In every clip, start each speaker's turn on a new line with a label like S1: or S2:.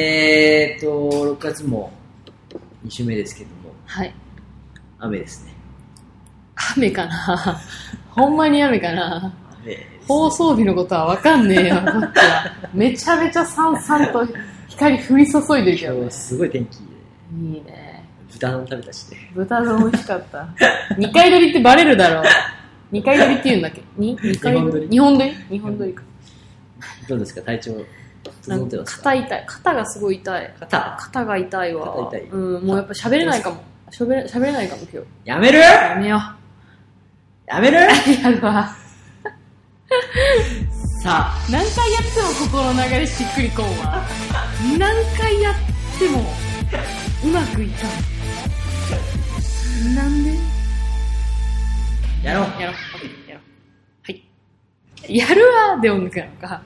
S1: えーっと、6月も2週目ですけども、
S2: はい。
S1: 雨ですね。
S2: 雨か なほんまに雨かな
S1: 雨です
S2: 放送日のことはわかんねえよ、 こっちは。めちゃめちゃさんさんと光降り注いでるけど
S1: 今
S2: ね
S1: 日。すごい天気で、
S2: いいね。
S1: 豚丼食べたしね。
S2: 豚丼美味しかった。二回撮りってバレるだろう。二回撮りって言うんだっけに二回撮り
S1: 日
S2: 日本撮り日本撮りか。
S1: どうですか体調、
S2: な
S1: 整
S2: ん
S1: って
S2: か
S1: ますか
S2: 肩痛い。肩がすごい痛い。
S1: 肩
S2: 肩が痛いわ。
S1: 肩痛い
S2: うん、もうやっぱ喋れないかも。喋れ喋れないかも今
S1: やめる
S2: 日。やめよ
S1: やめる
S2: う。 やるわ。
S1: さあ、
S2: 何回やっても心の流れしっくりこんわ何回やってもうまくいかんなんで
S1: やろう。
S2: やろうやろうはいやるわで音楽なのか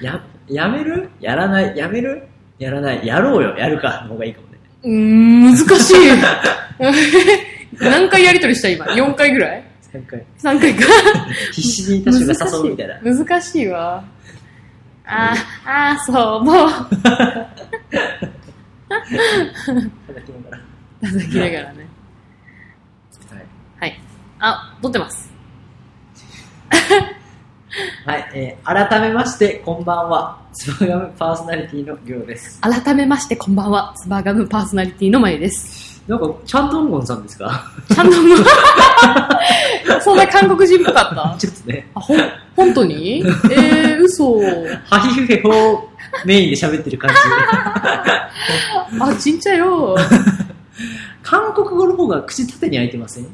S1: や、やめるやらない。やめるやらない。やろうよ。やるか。の方がいいかもね。
S2: うーん難しい 何回やりとりした今4回ぐらい
S1: 3回。
S2: 3回か
S1: 必死にいた瞬間誘うみたいな。
S2: 難しい難しいわああそうもう
S1: 叩きながら。
S2: 叩きながらね
S1: はい。
S2: はいあ撮ってます
S1: はい、えー改めまして、こんばんは。スパガムパーソナリティのりょうです。
S2: 改めましてこんばんは、ツバガムパーソナリティのまゆです。
S1: なんか、チャンドンゴンさんです か
S2: ちゃんともう そんな韓国人っぽかった
S1: ちょっとね、
S2: あ、ほん、本当にえー、嘘。
S1: ハヒフヘホをメインで喋ってる 感じ。
S2: あ、ちんちゃよ。
S1: 韓国語の方が口縦に開いてません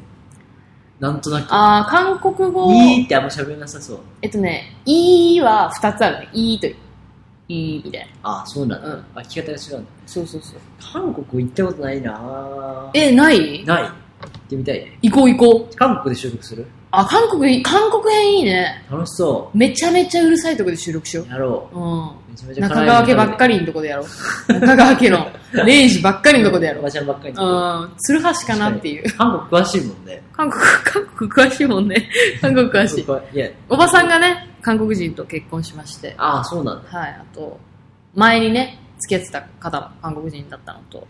S1: なんとなく。
S2: あー、韓国語、
S1: いいってあんま喋れなさそう。
S2: えっとね、いいは二つあるね。いいと、いいみたい
S1: ああ、そうなんだ。
S2: な。うん。
S1: あ、聞き方が違うんだ。
S2: そうそうそう。
S1: 韓国行ったことないなぁ
S2: え、ない
S1: ない。行ってみたいね。
S2: 行こう行こう。
S1: 韓国で収録する
S2: あ、韓国、韓国編いいね。
S1: 楽しそ
S2: めちゃめちゃうるさいとこで収録しよ
S1: う。やろ
S2: う。うん。
S1: う。めちゃめちゃ
S2: 中川家ばっか
S1: り。
S2: りのとこでやろう。中川家の、レイジばっかりのとこでやろ
S1: お
S2: う。
S1: ばちゃんばっかり。
S2: うん、鶴橋かなっていう。
S1: 韓国詳しいもんね。
S2: 韓国、韓国詳しいも んね。韓国詳しい。
S1: いや、
S2: おばさんがね、韓国人と結婚しまして。
S1: ああ、そうなんだ。
S2: はい、あと、前にね、付き合ってた方も韓国人だったのと。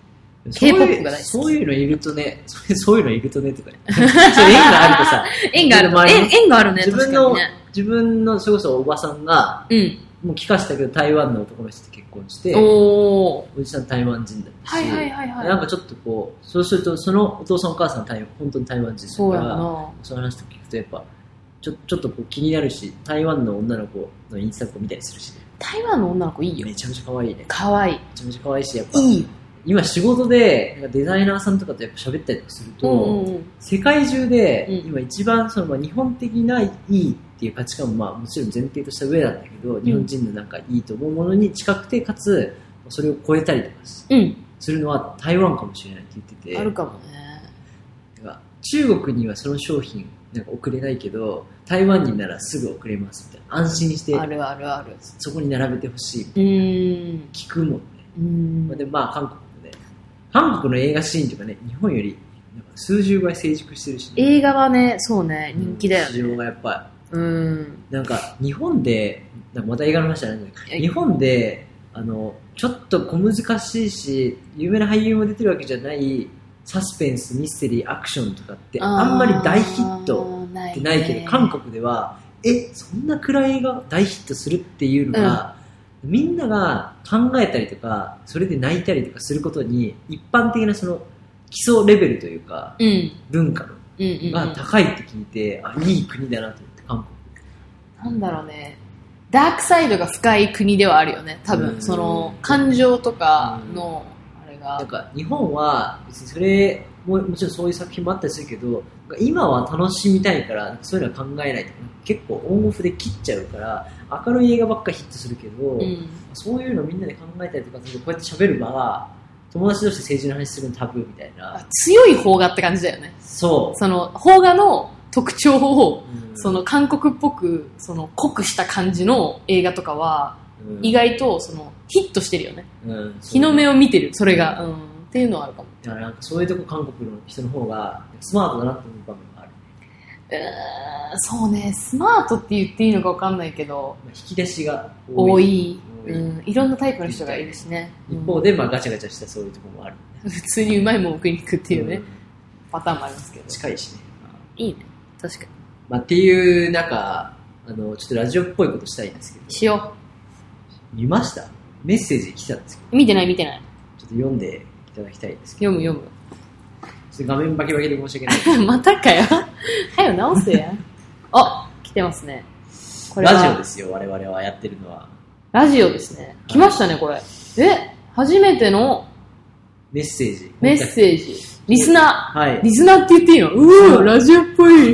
S2: K-POP が大好き
S1: そういうそういうのいるとね、 そういうそういうのいるとねとか、ね、 そういう縁があるとさ、
S2: 縁がある
S1: 自分の周りの
S2: 縁、縁があるね、
S1: 自
S2: 確
S1: 分
S2: か
S1: の
S2: にね。
S1: 自分の、それこそおばさんが、
S2: うん。
S1: もう聞かしたけど台湾の男の人と結婚して、お
S2: おー。
S1: じさん台湾人だった
S2: は
S1: し、
S2: いはいはいはい。
S1: なんかちょっとこう、そうするとそのお父さんお母さん台本当に台湾人
S2: そう
S1: だ
S2: や
S1: から、
S2: な。
S1: その話と聞くとやっぱ、ちょちょっとこう気になるし、台湾の女の子のインスタとか見たりするし、
S2: 台湾の女の子いいよ。
S1: めちゃめちゃ可愛いね。め
S2: 可愛い
S1: ちゃめちゃ可愛いし、やっぱ、
S2: い。いよ。
S1: 今仕事でなんかデザイナーさんとかとやっぱ喋ったりとかする
S2: う
S1: と、
S2: んうんうん。
S1: 世界中で
S2: うん
S1: 今一番そのまあ日本的ないいっていう価値観もまあもちろん前提とした上なんだけど日本人のなんかいいと思うものに近くてかつそれを超えたりとかし
S2: うん。
S1: するのは台湾かもしれないって言ってて
S2: あるかもね。
S1: なんか中国にはその商品なんか送れないけど台湾にならすぐ送れますみたいな安心して
S2: あるあるある。
S1: そこに並べてほしいう
S2: ーん。
S1: 聞くもんね、
S2: うーん
S1: まあ、。でもまあ韓国もね韓国の映画シーンとかね日本よりなんか数十倍成熟してるしね、
S2: 映画はね、そうね、人気だよ
S1: 市
S2: ね。
S1: 場がやっぱり
S2: うん。
S1: なんか日本で、なんかまた映画の話じゃないんだけど、日本であのちょっと小難しいし、有名な俳優も出てるわけじゃない、サスペンス、ミステリー、アクションとかって、あんまり大ヒット
S2: っ
S1: ってないけど、韓国では、え、そんな暗い映画大ヒットするっていうのが、みんなが考えたりとか、それで泣いたりとかすることに、一般的なその基礎レベルというか、
S2: うん
S1: 文化の
S2: うんうん、
S1: が高いって聞いて、あ、いい国だなと思って、韓国。
S2: なんだろうねダークサイドが深い国ではあるよね多
S1: う
S2: 分
S1: ん
S2: その感情とかのあれ
S1: なん
S2: が
S1: か日本は別にそれももちろんそういう作品もあったりするけど今は楽しみたいからそういうのは考えないと結構オンオフで切っちゃうから明るい映画ばっかヒットするけど、
S2: うん
S1: そういうのみんなで考えたりとかするとこうやって喋る場が友達同士で政治の話するのタブーみたいな
S2: あ強い邦画って感じだよね
S1: そ
S2: その邦画の特徴を
S1: う、うん
S2: その韓国っぽくその濃くした感じの映画とかは
S1: うん
S2: 意外とそのヒットしてるよね
S1: うんそう
S2: 日の目を見てるそれが、うん、っていうのはあるかも
S1: だからなんかそういうとこ韓国の人の方がスマートだなって思う場面がある
S2: うーんそうねスマートって言っていいのか分かんないけど
S1: まあ、引き出しが
S2: 多
S1: 多い
S2: い
S1: 多い
S2: うん、いろんなタイプの人がいるしね、
S1: 一方で、まあ、ガチャガチャしたそういうところもある
S2: うん普通にうまいもん食いに行くっていうね、
S1: うん
S2: パターンもありますけど
S1: 近いしね、
S2: いいね確かに
S1: まあ、っていうなんかあのちょっとラジオっぽいことしたいんですけど
S2: しよ
S1: 見ましたメッセージ来たんですけど
S2: う見てない見てない
S1: ちょっと読んでいただきたいんですけど
S2: 読む 読
S1: ちょっと画面バキバキで申し訳ない
S2: むまたかよはよ直せや あ来てますね こは
S1: ラジオですよ我々はやってるのは
S2: ラジオですね来ましたねこれえ初めての
S1: メッセージ
S2: メッセージリスナ
S1: は
S2: ー
S1: い
S2: リスナーって言っていいのうわラジオっぽいリ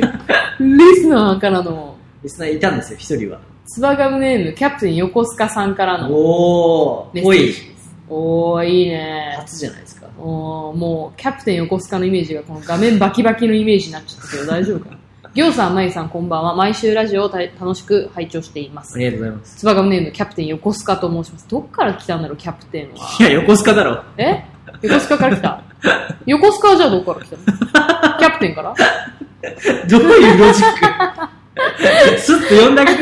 S2: スナーからの
S1: リスナーいたんですよ一人は
S2: ツバガムネームキャプテン横須賀さんからの
S1: おお
S2: メッ
S1: ぽ
S2: セー
S1: い
S2: ジですおーいいね
S1: 初じゃないですか
S2: おーもうキャプテン横須賀のイメージがこの画面バキバキのイメージになっちゃったけど大丈夫かなぎょうさん、まゆさん、こんばんは。毎週ラジオをた楽しく拝聴していま
S1: あ
S2: す。
S1: りがとうございます
S2: つばがむネーム、キャプテン横須賀と申します。どっから来たんだろう、キャプテンは。
S1: いや横須賀だろ
S2: え横須賀から来た横須賀はじゃあどっから来 たのキャプテン から
S1: どういうロジック スッと呼んだけど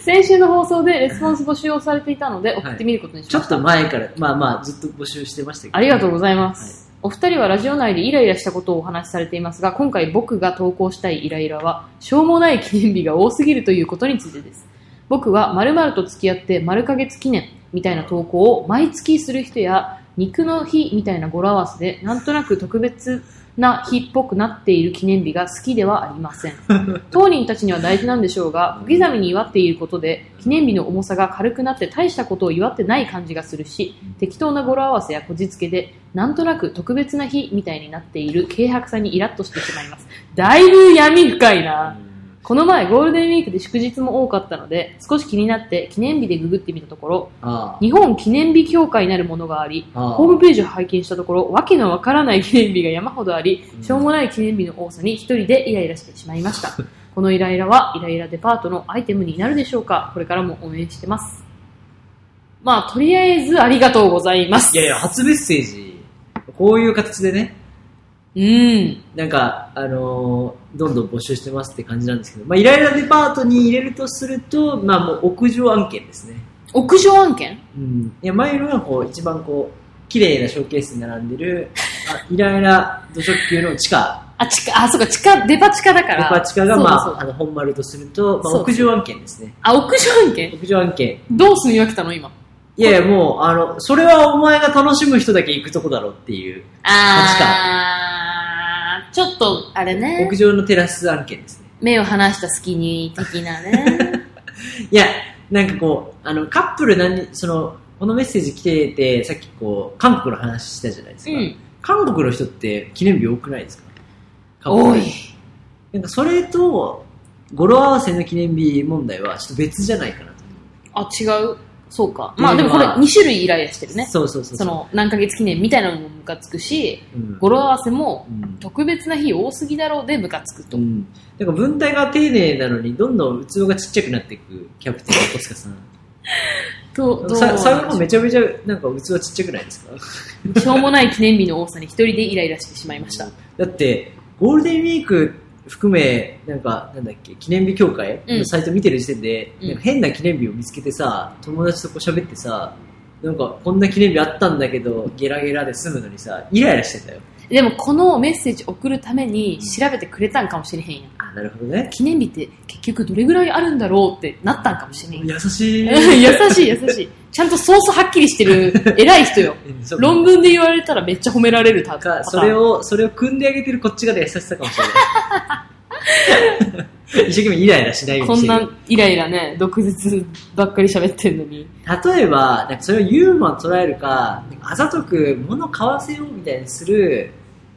S2: 先週の放送でレスポンス募集をされていたので、送ってみることにし
S1: ちょ
S2: まし。
S1: ったと前からまあまあずっと募集してましたけど
S2: ありがとうございます。お二人はラジオ内でイライラしたことをお話しされていますが、今回僕が投稿したいイライラは、しょうもない記念日が多すぎるということについてです。僕は〇〇と付き合って丸ヶ月記念みたいな投稿を毎月する人や、肉の日みたいな語呂合わせで、なんとなく特別な日っぽくなっている記念日が好きではありません。当人たちには大事なんでしょうが、小刻みに祝っていることで、記念日の重さが軽くなって大したことを祝ってない感じがするし、適当な語呂合わせやこじつけで、なんとなく特別な日みたいになっている軽薄さにイラッとしてしまいます。だいぶ闇深いな。この前ゴールデンウィークで祝日も多かったので、少し気になって記念日でググってみたところ、
S1: あ
S2: 日本記念日協会なるものがあり、
S1: あああ
S2: ホームページを拝見したところ、わけのわからない記念日が山ほどあり
S1: う、ん
S2: しょうもない記念日の多さに一人でイライラしてしまい ました。このイライラは、イライラデパートのアイテムになるでしょうかこれからも応援してます。まあ、とりあえずありがとうございます。
S1: いやいや初メッセージこういう形でね
S2: うん。
S1: なんか、あのーどんどん募集してますって感じなんですけど、まあ、イライラデパートに入れるとすると、まあ、もう屋上案件ですね。
S2: 屋上案件
S1: うん。いや、前のはこう、一番こう、綺麗なショーケースに並んでる、あイライラ土直球の地下、
S2: あ、地下、あ、そうか、地下、デパ地下だか
S1: デ
S2: ら。
S1: パ地下が、
S2: そう
S1: ま
S2: だそう
S1: あ、
S2: だ
S1: あの、本丸とすると、まあ、
S2: そう
S1: 屋上案件ですね。
S2: あ、屋上案件
S1: 屋上案件。
S2: どう住み分けたの今。
S1: いやいや、もう、あの、それはお前が楽しむ人だけ行くとこだろっていう、
S2: あー、ちょっと、あれね
S1: 屋。上のテラス案件ですね。
S2: 目を離した隙に的 なね。
S1: いや、なんかこう、あの、カップル何人、その、このメッセージ来てて、さっきこう、韓国の話したじゃないです
S2: う
S1: か。
S2: ん。
S1: 韓国の人って記念日多くないですか
S2: 多い。。
S1: なんかそれと、語呂合わせの記念日問題はちょっと別じゃないかなと思
S2: あ、違う。そうか。まあ
S1: って
S2: で
S1: いう
S2: も
S1: のは
S2: これ2種類イライラしてる
S1: う。
S2: ね。
S1: そうそうそう。
S2: その何ヶ月記念みたいなのもムカつくし、
S1: うん、
S2: 語呂合わせも
S1: うん
S2: 特別な日多すぎだろうでムカつくと
S1: う。ん。なんか文体が丁寧なのに、どんどん器がちっちゃくなっていく、キャプテン横須賀さん。
S2: と、どう
S1: さ最後めちゃめちゃ、なんか器ちっちゃくないですか
S2: しょうもない記念日の多さに一人でイライラしてしまいました。
S1: だって、ゴールデンウィーク含め、なんか、なんだっけ、記念日協会
S2: うん
S1: のサイト見てる時点で、
S2: うん
S1: なんか変な記念日を見つけてさ、友達とこう喋ってさ、なんか、こんな記念日あったんだけど、ゲラゲラで済むのにさ、イライラしてたよ。
S2: でもこのメッセージ送るために調べてくれたんかもしれへんやん。
S1: あ、なるほどね。
S2: 記念日って結局どれぐらいあるんだろうってなったんかもしれへんやん。
S1: 優しい。
S2: 優しい優しい。ちゃんとソースはっきりして る偉い人よ。
S1: うんそう
S2: 論文で言われたらめっちゃ褒められるタイプ
S1: か、それを、それを組んであげてるこっち側で優しさかもしれない。 一生懸命イライラしないように
S2: こ
S1: し
S2: ん
S1: てる
S2: なイライラね、毒舌ばっかり喋ってんのに。
S1: 例えば、なんかそれをユーモアと捉えるか、あざとく物買わせようみたいにする、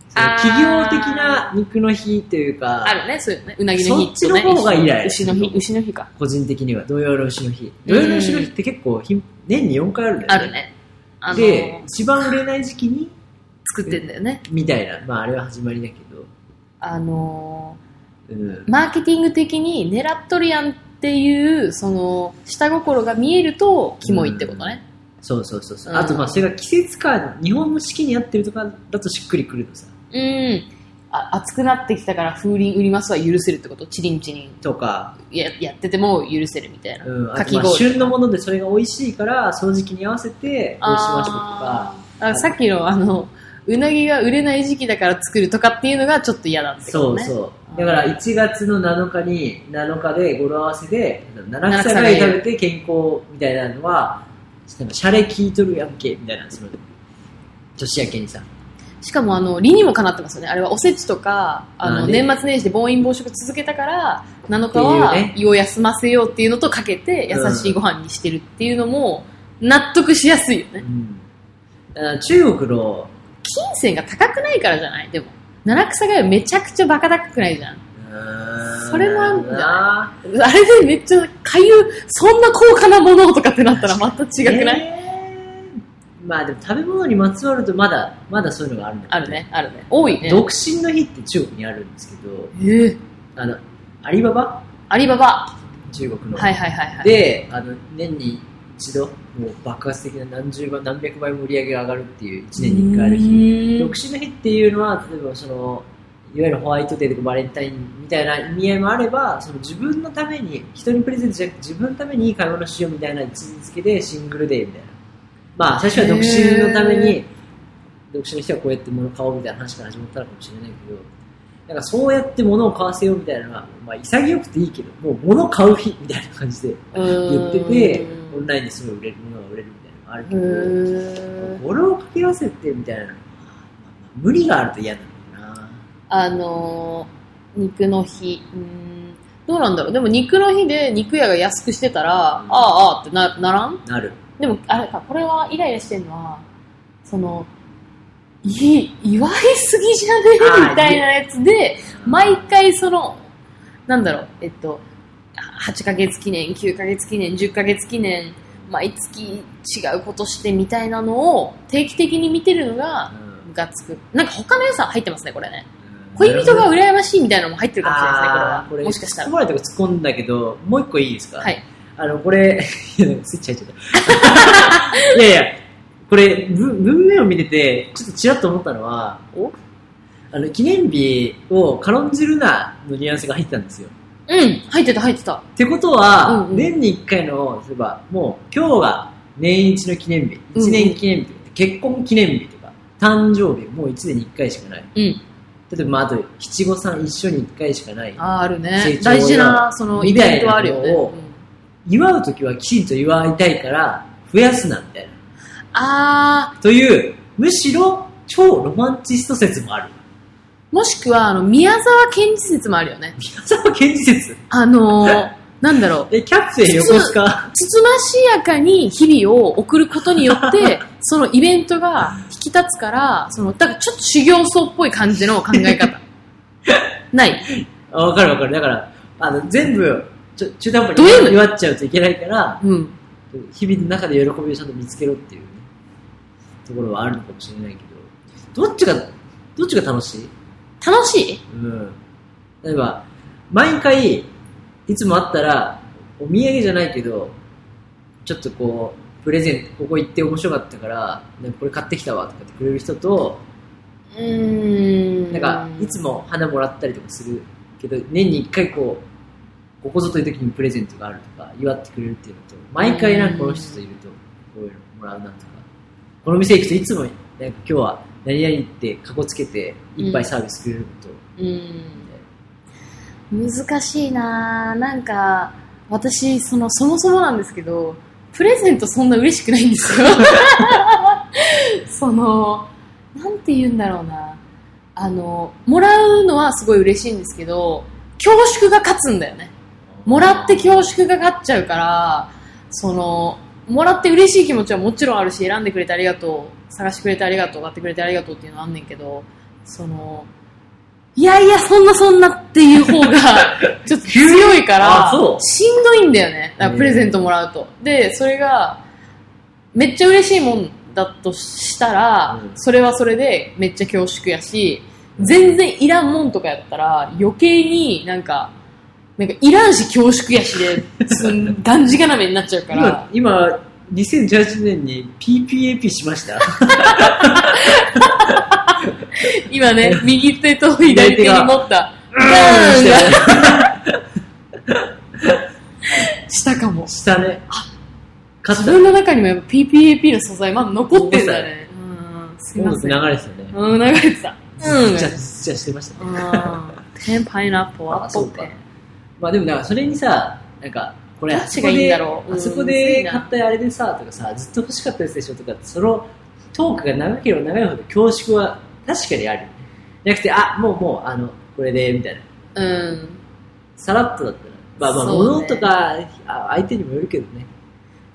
S1: その
S2: あー
S1: 企業的な肉の日というか、
S2: あるね、そういうね。うなぎの日
S1: そっちの方がイライラ
S2: 牛の日、牛の日か。
S1: 個人的には土曜の牛の日。土曜の牛の日って結構ひん、年に4回あるんだよね。
S2: あるね。あの
S1: で、一番売れない時期に、
S2: 作ってんだよね。
S1: みたいな、まああれは始まりだけど、
S2: あの
S1: うん
S2: ー、。マーケティング的に狙っとるやんっていう、その、下心が見えると、キモいってことね。
S1: そうそうそうそう。
S2: うん
S1: あとまあそれが季節感、日本の四季に合ってるとかだとしっくりくるのさ。
S2: うん。あ暑くなってきたから風鈴売りますは許せるってことチリンチリン
S1: とか、
S2: ややってても許せるみたいな、
S1: うん、
S2: か
S1: あ
S2: き
S1: と
S2: 氷
S1: まあ旬のものでそれが美味しいからその時期に合わせてこうしましたとか
S2: あーあさっきのあのうなぎが売れない時期だから作るとかっていうのがちょっと嫌だってこ
S1: そ
S2: と
S1: う
S2: ねう
S1: そうだから1月の7日に7日で語呂合わせで七草がゆ食べて健康みたいなのはなんかシャレ聞いとるやんけみたいなその年明けにさ
S2: しかもあの理にもかなってますよねあれはおせちとかあの
S1: あーね
S2: 年末年始で暴飲暴食続けたから7日
S1: っ
S2: は
S1: ていうね
S2: 胃を休ませようっていうのとかけて優しいご飯にしてるっていうのも納得しやすいよね
S1: うん、あ中国の、
S2: 金銭が高くないからじゃないでも七草がゆめちゃくちゃバカ高くないじゃんそれもあるんじゃ
S1: な
S2: あれでめっちゃかゆそんな高価なものとかってなったらまた違くない、
S1: えーまあでも食べ物にまつわるとまだまだそういうのがあるんだけど
S2: あるねあるね多いね
S1: 独身の日って中国にあるんですけど
S2: えー、
S1: あのアリババ
S2: アリババ
S1: 中国の、
S2: はいはいはいはい
S1: であの年に一度もう爆発的な何十倍何百倍も売り上げが上がるっていう1年に1回ある日
S2: 日
S1: 独身の日っていうのは例えばそのいわゆるホワイトデーとかバレンタインみたいな意味合いもあればその自分のために人にプレゼントじゃなくて自分のためにいい買い物しようみたいな位置づけでシングルデーみたいなまあ最初は独身のため
S2: へ
S1: に独身の人はこうやって物を買おうみたいな話から始まったのかもしれないけどなんかそうやって物を買わせようみたいなのは、まあ、潔くていいけどもう物を買う日みたいな感じで言っててオンラインですごい売れるものが売れるみたいなのがあるけど。俺を掛け合わせてみたいなのは無理があると嫌なのかな
S2: あのー肉の日うーんどうなんだろうでも肉の日で肉屋が安くしてたら、ああああってなならん
S1: なる
S2: でもあれかこれはイライラしてるのはそのい祝いすぎじゃね
S1: あ
S2: え
S1: ー
S2: みたいなやつで毎回そのなんだろうえっと8ヶ月記念9ヶ月記念10ヶ月記念毎月違うことしてみたいなのを定期的に見てるのがムカつくなんか他の良さ入ってますねこれね恋人が
S1: 売れ
S2: 羨ましいみたいなのも入ってるかもしれないですねこれ
S1: あ
S2: は
S1: ーこれ
S2: もしかした
S1: 突っ
S2: ら
S1: 込まれたとこ突っ込んだけどもう一個いいですか
S2: はい
S1: あのこれ いやスイッチ入っちゃった いやいやこれ文文面を見ててちょっとちらっと思ったのは
S2: お
S1: あの記念日を軽んじるなのニュアンスが入ってたんですよ
S2: うん入ってた入ってた
S1: ってことは、
S2: うんうん
S1: 年に1回の例えばもう今日が年一の記念日
S2: うんうん
S1: 1年記念日、結婚記念日とか誕生日もう1年に1回しかない
S2: うん
S1: 例えば、まあ、あと七五三一緒に1回しかない
S2: あーあるね
S1: 成長
S2: 大事なそのイ
S1: みた
S2: ベン
S1: い
S2: トはあ
S1: な
S2: る
S1: のを
S2: よね、うん
S1: 祝う時はきちんと祝いたいから増やすなみたいな
S2: あ
S1: というむしろ超ロマンチスト説もある
S2: ー、もしくは、あの、宮沢賢治説もあるよね。
S1: 宮沢賢治説
S2: あのー、 なんだろう。
S1: えキャプテン横須賀
S2: つつましやかに日々を送ることによ って、そのイベントが引き立つから、その、だからちょっと修行僧っぽい感じの考 え方。ない。
S1: あわかるわかるだからあの全部ちょ中途半端
S2: どういうの
S1: に祝っちゃうといけないから
S2: うん。
S1: 日々の中で喜びをちゃんと見つけろっていう、ね、ところはあるのかもしれないけどどっちがどっちが楽しい、
S2: 楽しい
S1: うん、例えば毎回いつもあったらお土産じゃないけどちょっとこうプレゼントここ行って面白かったからなんかこれ買ってきたわとかってくれる人と
S2: うーん。
S1: なんかいつも花もらったりとかするけど年に1回こうここぞという時にプレゼントがあるとか祝ってくれるっていうのと毎回なんかこの人といるとこういうのもらうなとかこの店行くといつもなんか今日は何々ってかこつけていっぱいサービスくれるのと、
S2: うん難しいなぁなんか私そのそもそもなんですけどプレゼントそんな嬉しくないんですよ そのなんて言うんだろうなあのもらうのはすごい嬉しいんですけど恐縮が勝つんだよねもらって恐縮が勝っちゃうからそのもらって嬉しい気持ちはもちろんあるし選んでくれてありがとう探してくれてありがとう買ってくれてありがとうっていうのはあんねんけどそのいやいやそんなそんなっていう方がちょっと強いか
S1: あ
S2: ら
S1: そう
S2: しんどいんだよねだからプレゼントもらうとでそれがめっちゃ嬉しいもんだとしたら、
S1: うん
S2: それはそれでめっちゃ恐縮やし全然いらんもんとかやったら余計になんかなんかいらんし恐縮やしで、すんがんじがらめになっちゃうから
S1: 今、今2018年に PPAP しました
S2: 今ね、右手と左手に持った、
S1: し
S2: う
S1: て
S2: んしたかも。
S1: 下ね。勝
S2: 自
S1: った。
S2: 分の中にもやっぱ PPAP の素材まだ残ってんだね。うん、すい
S1: 音
S2: ま
S1: 楽
S2: せん。
S1: 流れてたね。
S2: うん、流れてた。う
S1: ずっちゃ
S2: ん。
S1: ずっちゃしてましたね。
S2: ペンパイナップル、ア
S1: あそ
S2: ッ
S1: う
S2: プ
S1: か
S2: ルペン。
S1: まあでもなんかそれにさ、なんか、これ
S2: どっちがいいんだろう
S1: あそこ
S2: うん
S1: であそこで買ったあれでさ、とかさ、ずっと欲しかったやつでしょとかって、そのトークが長ければ長いほど恐縮は確かにある。じゃなくて、あ、もうもう、あの、これで、みたいな。
S2: うん。
S1: さらっとだったら。まあまあ、
S2: そうね
S1: 物とか、あ相手にもよるけどね。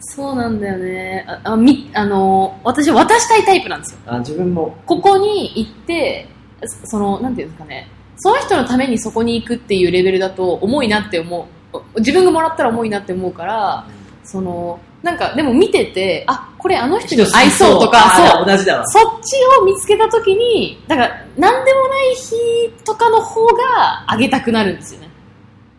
S2: そうなんだよね。あ、あみ、あの、私渡したいタイプなんですよ。
S1: あ自分も。
S2: ここに行って、そその、なんていうんですかね、その人のためにそこに行くっていうレベルだと重いなって思う。お自分がもらったら重いなって思うから、その、なんかでも見てて、あ、これあの人に合いそうとか、そう
S1: あ。同じだわ。
S2: そっちを見つけたときに、だから、なんでもない日とかの方があげたくなるんですよね。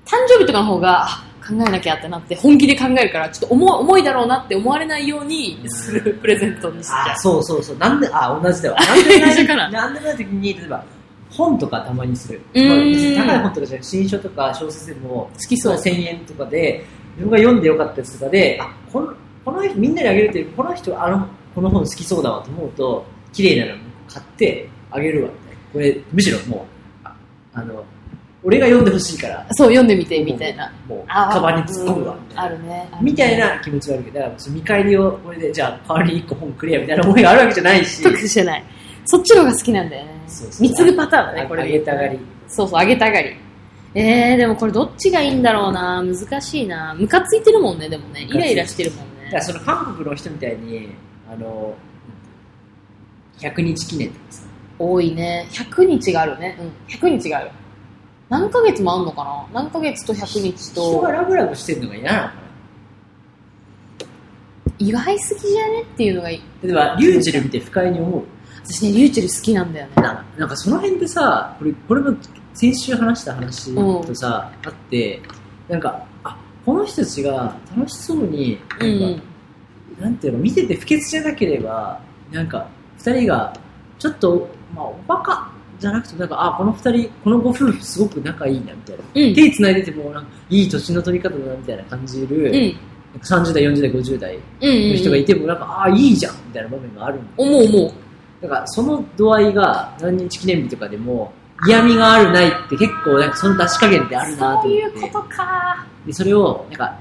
S2: 誕生日とかの方が、あ考えなきゃってなって、本気で考えるから、ちょっと重重いだろうなって思われないように するプレゼントにしちゃ
S1: あ
S2: う。
S1: そうそうそう。なんで、あ、同じだわ。なんでもな
S2: 一緒
S1: い
S2: かな
S1: なんでもない時に、例えば、本とかたまにする。
S2: うーん
S1: まあ別に高い本とかじゃなくて、新書とか小説でも、
S2: 好きそう。
S1: 1000円とかで、自分が読んでよかったやつとかで、あ、この、この人、みんなにあげるっていう、この人、あの、この本好きそうだわと思うと、綺麗なの買ってあげるわ、みたいな。これ、むしろもう、ああの、俺が読んでほしいから、
S2: そう、読んでみて、みたいな。
S1: もう、
S2: あー
S1: カバンに突っ込むわ、
S2: うん
S1: みたいな
S2: あ。るね。あるね
S1: みたい。な気持ちはあるけど、だからその見返りをこれで、じゃあ代わりに1個本くれやみたいな思いがあるわけじゃないし、
S2: 得してない。そっちの方が好きなんだよね。
S1: そうそう
S2: 貢ぐパターンだね、
S1: あ
S2: これ。
S1: あげたがり。
S2: そうそう、上げたがり。えー、でもこれどっちがいいんだろうな難しいなムカついてるもんね、でもね。イ
S1: ムカついてる
S2: ライラしてるもん
S1: だから
S2: ね。
S1: その韓国の人みたいに、あの、100日記念とかさ、
S2: 多いね。100日があるね。うん、100日がある。何ヶ月もあんのかな何ヶ月と100日
S1: 人が
S2: と、
S1: ラブラブしてるのが嫌なのかな。
S2: 祝いすぎじゃねっていうのがいい。
S1: 例えば、リューチェル見て不快に思う。
S2: 私ね、リューチェル好きなんだよね。
S1: ななんかその辺でさ、これ、これも先週話した話とさ、あって、なんか、あ、この人たちが楽しそうに、
S2: う
S1: なんか、
S2: ん。
S1: なんていうの見てて不潔じゃなければなんか2人がちょっと、まあ、おバカじゃなくてなんかあこの2人このご夫婦すごく仲いいなみたいな
S2: うん。
S1: 手繋いでてもなんかいい年の取り方だなみたいな感じる、
S2: うん。うん
S1: なんか30代40代50代
S2: うん。
S1: の人がいてもなんか、ああいいじゃんみたいな場面があるんだ
S2: 思う思う。
S1: なんかその度合いが何日記念日とかでも嫌味があるないって結構なんかその出し加減ってあるなと思って
S2: そういうことか。
S1: でそれをなんか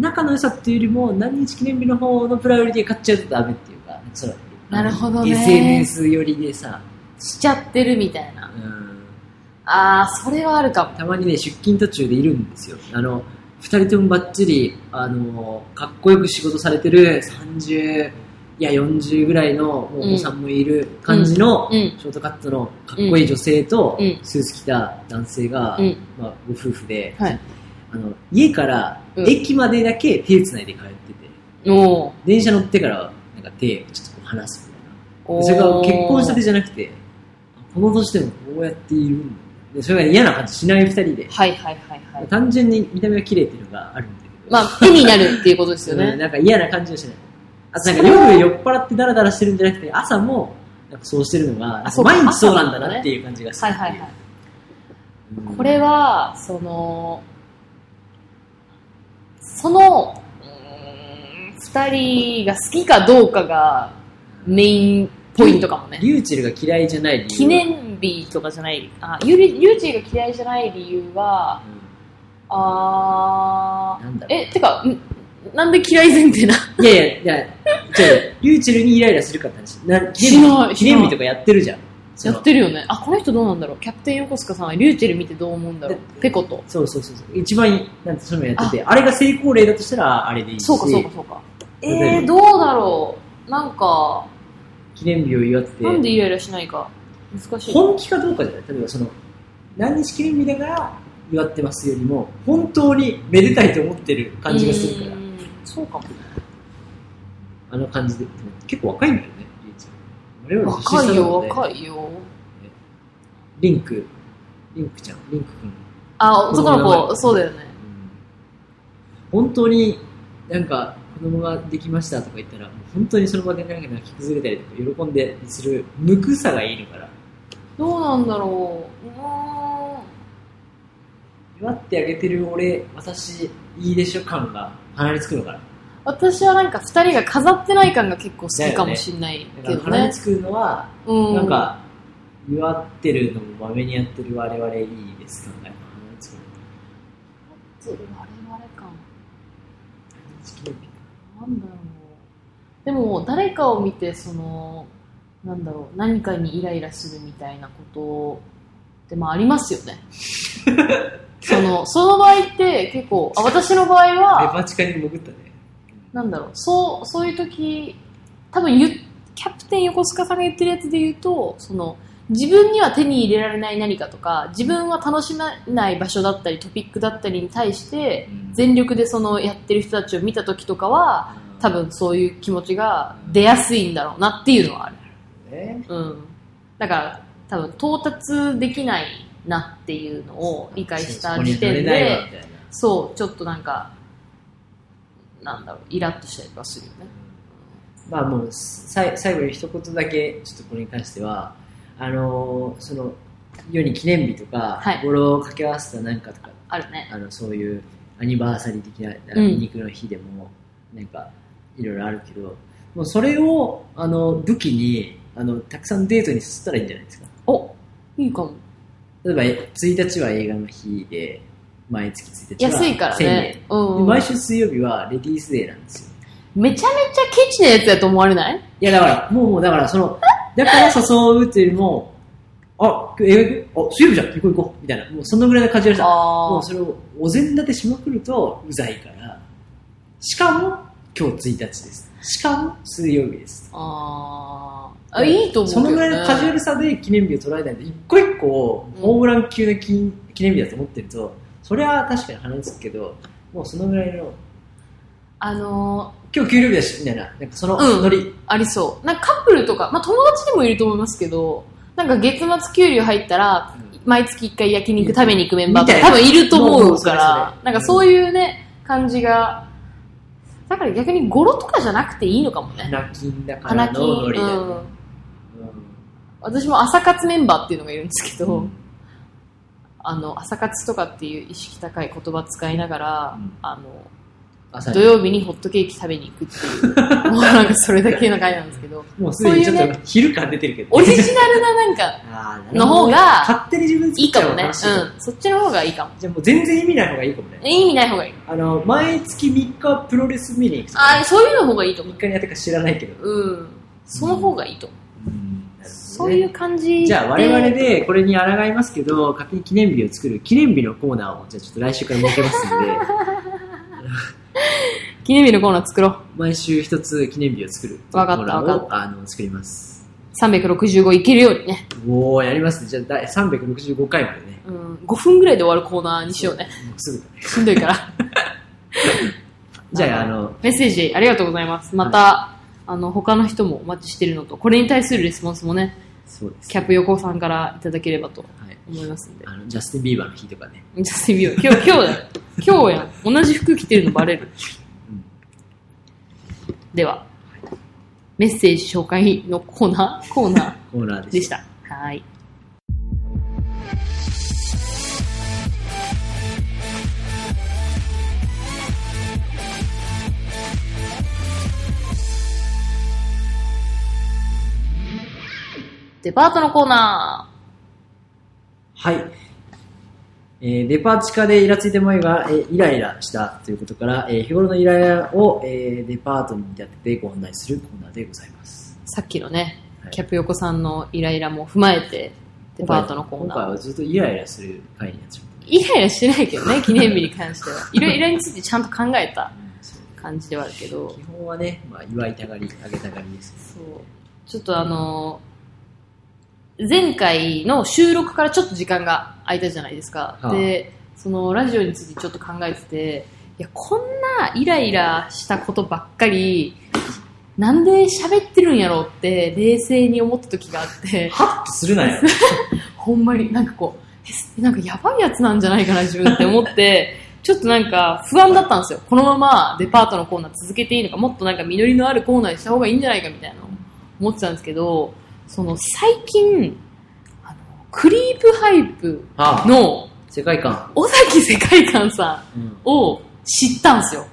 S1: 仲の良さっていうよりも何日記念日の方のプライオリティ買っちゃうとダメっていうかその
S2: なるほどね
S1: SNS 寄りでさ
S2: しちゃってるみたいな。
S1: うん
S2: あー、それはあるかも。
S1: たまにね出勤途中でいるんですよあの2人ともばっちりあのかっこよく仕事されてる30いや40ぐらいのもうお子さんもいる感じの、
S2: うん。
S1: ショートカットのかっこいい女性と
S2: うん
S1: スーツ着た男性が、
S2: うん
S1: まあ、ご夫婦で、
S2: はい
S1: あの家から
S2: うん
S1: 駅までだけ手つないで帰ってて、
S2: おー
S1: 電車乗ってからなんか手をちょっとこう離すみたい
S2: お
S1: な
S2: ー。
S1: それが結婚したてじゃなくてこの年でもこうやっているんだでそれが嫌な感じしない二人で
S2: はいはいはいはい。
S1: 単純に見た目が綺麗っていうのがあるんだけど、
S2: まあ、手になるっていうことですよ
S1: うん
S2: ね。
S1: なんか嫌な感じがしないあとなんか夜酔っ払ってダラダラしてるんじゃなくて朝もなんかそうしてるのが
S2: あそうか
S1: 毎日そうなんだなっていう感じがする
S2: はいはいはい。
S1: うん
S2: これは、その、その、うーん二人が好きかどうかがメインポイントかもね。
S1: リューチェルが嫌いじゃない理由
S2: 記念日とかじゃない。あ、ゆり、ゆうちが嫌いじゃない理由は、あ
S1: うんなんだ
S2: ー
S1: ろ
S2: え、てか、んなんで嫌い前提な。
S1: ういやいやいやじゃあリューチェルにイライラするかって話な記
S2: しな
S1: 念
S2: い
S1: 日
S2: し
S1: 記
S2: ない
S1: 念日とかやってるじゃん
S2: やってるよね。あ、この人どうなんだろう。キャプテン横須賀さんはリューチェル見てどう思うんだろう
S1: だっ。て
S2: ペコと。
S1: そうそうそうそう一番なんてそういうのやっててあれが成功例だとしたらあれでいいし
S2: そうかそうかそうか。
S1: 例
S2: え
S1: え
S2: ー、
S1: ば
S2: どうだろう。なんか、
S1: 記念日を祝って
S2: なんでイライラしないか。難しい。
S1: 本気かどうかじゃない例えばその何日記念日だから祝ってますよりも本当にめでたいと思ってる感じがするから
S2: うんそうかも。
S1: あの感じで結構若いんだよねリューチェル我々年下
S2: 若い
S1: な
S2: よ、
S1: ので
S2: 若いよ。
S1: リンクリンクちゃんリンク君
S2: あ、
S1: 子
S2: 男
S1: 供
S2: の
S1: が
S2: 子、そうだよね。
S1: 本当になんか子供ができましたとか言ったらもう本当にその場でなんか泣き崩れたりとか喜んでするぬくさがいいのから
S2: どうなんだろう。うーん
S1: 祝ってあげてる俺、私、いいでしょ感が鼻につくのかな。
S2: 私はなんか二人が飾ってない感が結構好きかもしんない
S1: だか
S2: け
S1: ら
S2: ど
S1: 鼻に
S2: ね。
S1: つくのは、
S2: うん。
S1: なんか、祝ってるのもまめにやってる我々いいですかね。鼻につくの。
S2: 我々感。
S1: 鼻につくの
S2: なんだろう。でも、誰かを見て、その、なんだろう、何かにイライラするみたいなことって、まあありますよね。その、その場合って結構、あ私の場合は、
S1: デパ地下に潜ったね。
S2: なんだろう、そう、そういう時、多分ゆキャプテン横須賀さんが言ってるやつで言うと、その、自分には手に入れられない何かとか、自分は楽しめない場所だったり、トピックだったりに対して、全力でそのやってる人たちを見た時とかは、多分そういう気持ちが出やすいんだろうなっていうのはある。
S1: ね。
S2: うん。だから、多分到達できないなっていうのを理解した時点
S1: そこに乗れないわ
S2: で、
S1: みたいな
S2: そう、ちょっとなんか、なんだろう、イラッとしたりとかするよね。
S1: まあもうさい最後に一言だけちょっとこれに関してはあのーその世に記念日とか、
S2: はい
S1: 語呂を掛け合わせたなんかとか
S2: あるね。
S1: あのそういうアニバーサリー的なあ
S2: うん
S1: の肉の日でも、なんかいろいろあるけどもうそれをあの武器にあのたくさんデートにすったらいいんじゃないですか
S2: お、いいかも。
S1: 例えばえ1日は映画の日で毎月1日は
S2: 安いからね。う
S1: 1000円
S2: ん
S1: で
S2: うん。
S1: 毎週水曜日はレディースデーなんですよ
S2: めちゃめちゃケチなやつやと思われない
S1: いや、だから、もうもう、だから、その、だから誘うっていうよりも、あ、今日映画行くあ、水曜日じゃん、行こう行こう、みたいな、もうそのぐらいの感じでした。
S2: あ
S1: も
S2: あ
S1: う。それをお膳立てしまくると、うざいから、しかも、今日1日です。しかも、水曜日です。
S2: あーあ。いいと思う
S1: そ
S2: けど、
S1: の
S2: ね。
S1: ぐらいのカジュアルさで記念日を捉えたいんで、一個一個を
S2: うん
S1: ホームラン級の記記念日だと思ってると、それは確かに鼻につくけど、もうそのぐらいの、
S2: あのー、
S1: 今日給料日だし、みたいな、なんかその
S2: うん
S1: ノリ、
S2: ありそう。なんかカップルとか、まあ友達でもいると思いますけど、なんか月末給料入ったら、毎月一回焼肉食べに行くメンバーとか
S1: みたい
S2: 多
S1: な
S2: 分いると思うか
S1: もうもうそれそ
S2: ら、
S1: れ
S2: なんかそういうね、感じが、だから逆に語呂とかじゃなくていいのかもね。
S1: 花金だか
S2: 花
S1: ら
S2: 金、
S1: のノリだよね
S2: うん。私も朝活メンバーっていうのがいるんですけど、
S1: うん
S2: あの、朝活とかっていう意識高い言葉使いながら、
S1: うん
S2: あの、
S1: 朝に
S2: 土曜日にホットケーキ食べに行くっ ていう、もうなんかそれだけの回なんですけど、
S1: もうすでにちょっ
S2: そういう
S1: と昼感出てるけど。
S2: オリジナルななんか、
S1: あー
S2: の方が
S1: 勝手に自分で作
S2: いい
S1: っちゃ
S2: か
S1: う
S2: もね。う
S1: の
S2: ん。
S1: しいね
S2: そっちの方がいいかも。
S1: じゃあもう全然意味ない方がいいかもね。
S2: 意味ない方がいい。
S1: あの、毎月3日プロレス見に行くとか、
S2: ああ、そういうの方がいいと思
S1: 3日にやったか知らないけど。
S2: う。うん。その方がいいと思う。
S1: なるほどね
S2: そういう感じで。
S1: じゃあ我々でこれに抗いますけど、勝手に記念日を作る記念日のコーナーを、じゃあちょっと来週から設け ますんで、
S2: 記念日のコーナー作ろう。
S1: 毎週一つ記念日を作るコ
S2: わ
S1: ー
S2: かった
S1: ナ
S2: わ
S1: ー
S2: かっ
S1: をあの作ります。
S2: 365いけるようにね。
S1: おー、やりますね。じゃあ第365回までね。
S2: うん。5分ぐらいで終わるコーナーにしよう ね。
S1: もうすぐ。
S2: しんどいから。
S1: じゃあ、あの、
S2: メッセージありがとうございます。また、あの、他の人もお待ちしてるのと、これに対するレスポンスもね、
S1: そうです。
S2: キャップ横尾さんからいただければと
S1: はい。
S2: 思いますんで。
S1: あの、ジャスティン・ビーバーの日とかね。
S2: ジャスティンビーバー。今日、今日だよ。今日やん。同じ服着てるのバレる。
S1: うん
S2: では、メッセージ紹介のコーナー、コーナ
S1: コーナー
S2: ー
S1: で
S2: で
S1: し。
S2: したた。はい。デパートのコーナ
S1: はい。えーデパ地下でイラついてもいいが、えーイライラしたということから、えー日頃のイライラを、えーデパートに見立ててご案内するコーナーでございます。
S2: ー。さっきのね、
S1: はい
S2: キャップ横さんのイライラも踏まえて、デパートのコー
S1: 今
S2: ナ
S1: 回
S2: ー。
S1: はずっとイライラする回になっちゃった。
S2: イライラしてないけど ね、記念日に関しては。イライラについてちゃんと考えた
S1: そう
S2: 感じではあるけど。
S1: 基本はね、まあ、祝いたがり、あげたがりです。
S2: そう。ちょっとあのー前回の収録からちょっと時間が空いたじゃないですか。
S1: はあ
S2: で、そのラジオについてちょっと考えてて、いや、こんなイライラしたことばっかり、なんで喋ってるんやろうって冷静に思った時があって、
S1: ハッとするなよ。
S2: ほんまになんかこう、えなんかやばいやつなんじゃないかな自分って思って、 ちょっとなんか不安だったんですよ。このままデパートのコーナー続けていいのか、もっとなんか実りのあるコーナーにした方がいいんじゃないかみたいなのを思ってたんですけど、その最近、あのクリープハイプ
S1: ああ
S2: の
S1: 世界観。
S2: 尾崎世界観さ
S1: うん
S2: んを知ったんですよ。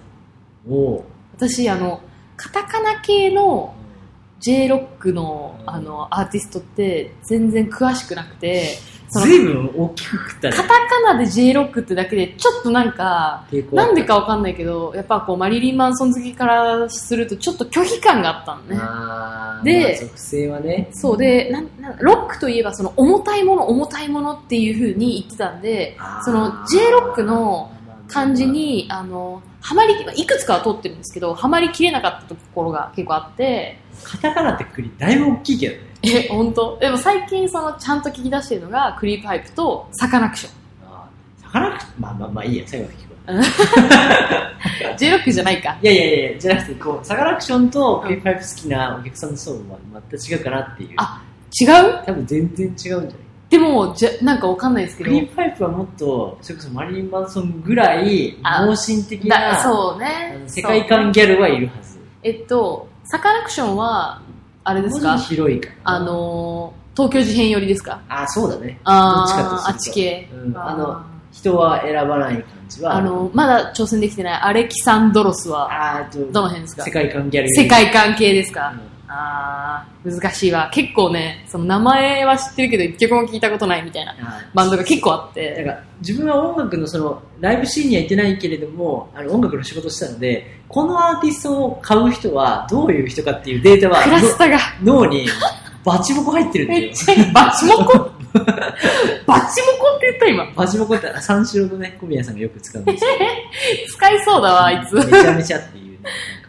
S1: おう
S2: 私、あの、カタカナ系の j ロックのあのアーティストって全然詳しくなくて、その
S1: ずいぶん大きく食ったね
S2: カ。タカナで j ロックってだけでちょっとなんか、
S1: 抵抗あっ
S2: な
S1: た
S2: んでかわかんないけど、やっぱこうマリリン・マンソン好きからするとちょっと拒否感があったのね。
S1: あー
S2: で
S1: まあ属性はね。
S2: そうでなんなんロックといえばその重たいもの重たいものっていう風に言ってたんで
S1: あー
S2: その J ロックの感じ、にあのハマりいくつかは取ってるんですけどハマりきれなかったところが結構あって
S1: カタカナってくりだいぶ大きいけどね。
S2: え本当でも最近そのちゃんと聞き出してるのがクリープハイプとサカナクション
S1: あー魚く、まあまあまあいいや、最後まで聞こう。
S2: J ロックじゃないか
S1: いやいやいや、じゃなくて、こう、サカナクションとペイパイプ好きなお客さんの層は全く違うかなっていう。
S2: あ違う
S1: 多分全然違うんじゃない
S2: でもじゃなんかわかんないですけ
S1: ク
S2: ど
S1: リープパイプはもっと、それこそマリリン・マンソンぐらい、
S2: あ
S1: 盲信的
S2: だ
S1: な
S2: そう
S1: あ
S2: ね
S1: の世界観ギャルはいるはず。
S2: えっとサカナクションはあれで
S1: もう
S2: すか
S1: ちょっと広いから。
S2: あ、の東京事変寄りですか
S1: あ、そうだね。どっちか
S2: あ
S1: と
S2: ー
S1: す
S2: あ
S1: ると
S2: っち系。
S1: うんあの、
S2: あ
S1: 人は選ばない感じ
S2: の、
S1: は。
S2: まだ挑戦できてないアレキサンドロスは、
S1: あーと
S2: どの辺ですか
S1: 世界観ギャル。
S2: 世界観系ですか、
S1: うん
S2: あー難しいわ。結構ね、その名前は知ってるけど、一曲も聞いたことないみたいな
S1: あー
S2: バンドが結構あっ
S1: なん
S2: て。
S1: か自分は音楽のそのライブシーンには行ってないけれどもあの音楽の仕事をしたのでこのアーティストを買う人はどういう人かっていうデータは
S2: クラスタが
S1: の脳にバチボコ入ってるんだ
S2: め
S1: よ
S2: っちゃいい。バチモ コバチモコって言った今。
S1: バチボコってあ三四郎のね小宮さんがよく使うんですよ
S2: 使いそうだ わ、あいつ。
S1: めちゃめちゃっていうね、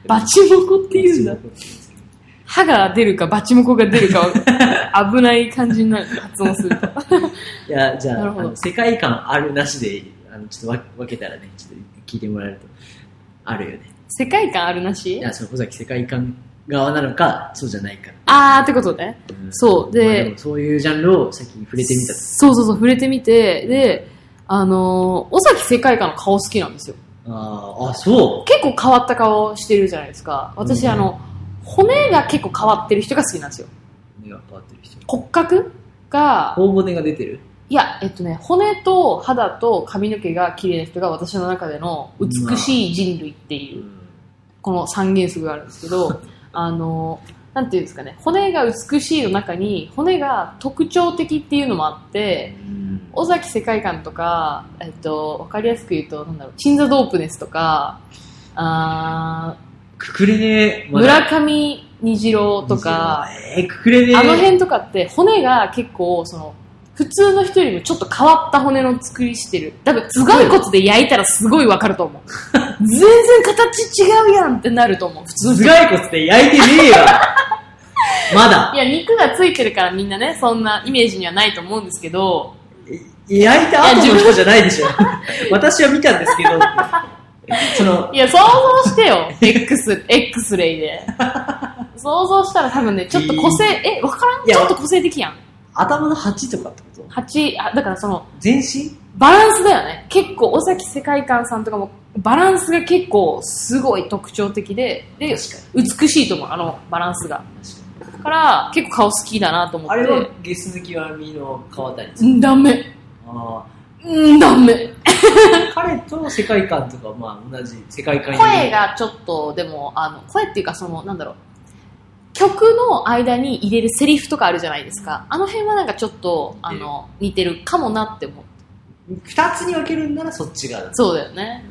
S2: バチモコって言うんだ
S1: バチ。ボコって言うんですよ
S2: 歯が出るか、バチモコが出るか は、危ない感じになる。発音すると。
S1: いやじゃ
S2: な
S1: あ
S2: るほ
S1: あ
S2: ど
S1: の世界観あるなしであのちょっと分分けたらねちょっと聞いてもらえるとあるよね
S2: 世界観あるないし
S1: やその尾崎世界観側なのかそうじゃないか
S2: あーってことね。そうで
S1: まあもそういうジャンルを先に触れてみたと
S2: そうそうそう、触れてみて、で、あのー、尾崎世界観の顔好きなんですよ。
S1: あーあ、そ
S2: 結構変わった顔してるじゃないですか。私、
S1: うん
S2: あの、骨が結構変わってる人が好きなんですよ。
S1: う。目が変わってる人。
S2: 骨格が、
S1: 頬骨が出てる
S2: いや、えっとね、骨と肌と髪の毛が綺麗な人が私の中での美しい人類っていう、この三原則があるんですけ ど、あのー、なんていうんですかね、骨が美しいの中に、骨が特徴的っていうのもあって、尾崎世界観とか、えっと、わかりやすく言うと、なんだろう、チンザドープネスとか、あ
S1: くくれねえ、
S2: ー村上虹郎とか、。
S1: えー、くくれねえ。
S2: あの辺とかって骨が結構、その、普通の人よりもちょっと変わった骨の作りしてる。多分、頭蓋骨で焼いたらすごいわかると思 う。全然形違うやんってなると思う。普通の人。い
S1: 頭蓋骨で焼いてねえよ まだ。
S2: や、肉がついてるからみんなね、そんなイメージにはないと思うんですけど、
S1: い焼いた後の人じゃないでしょ。 私は見たんですけど。その、
S2: いや、想像してよ。X、X レイで。想像したら多分ね、ちょっと個性、え、わからん
S1: いや
S2: ちょっと個性的やん。
S1: 頭の鉢とかってこと
S2: 8、あ、だからその、
S1: 全身
S2: バランスだよね。結構、尾崎世界観さんとかも、バランスが結構、すごい特徴的で、で、美しいと思う、あの、バランスが。だから、結構顔好きだなと思っ
S1: あ
S2: て。
S1: れは、ゲス抜きはみの川谷さ。
S2: うんん、ダメ。
S1: あ
S2: うん、ダメ。
S1: ー彼と世界観とか、まあ同じ世界観に
S2: 声がちょっと、でも、あの、声っていうか、その、なんだろう。曲の間に入れるセリフとかあるじゃないですか。あの辺はなんかちょっと、あの、似てるかもなって思う。
S1: 二つに分けるんならそっちが。
S2: そうだよね。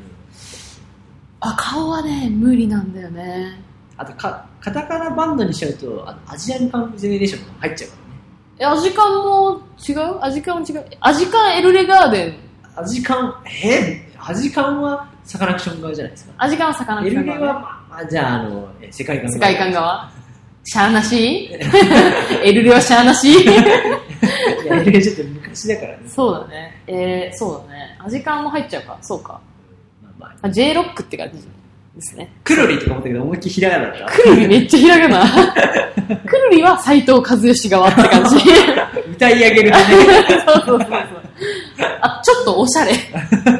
S2: あ、顔はね、無理なんだよね。
S1: あとか、カタカナバンドにしちゃうと、あのアジアンカンジェネレーションも入っちゃうからね。
S2: え、アジカンも違うアジカンも違う。アジカンエルレガーデン。
S1: アジカン、えーアジカンはサカナクション側じゃないですか。
S2: アジカンは魚
S1: エル
S2: の
S1: レは、
S2: 側ね
S1: まあまあ、じゃあ、あの、え世界観
S2: 世界観側。シャアな しエルレはシャアなし
S1: いやエルレちょっと昔だからね。
S2: そうだね。えー、そうだね。アジカンも入っちゃうか。そうか。
S1: まあまあ、
S2: あ J ロックって感じですね。
S1: クロリとか思ったけど、思いっきりひらがなだった。
S2: くるりめっちゃひらがな。 くるりは斎藤和義側って感じ。
S1: 歌い上げるとね、
S2: そうそうそうそう。あ、ちょっとおしゃれ。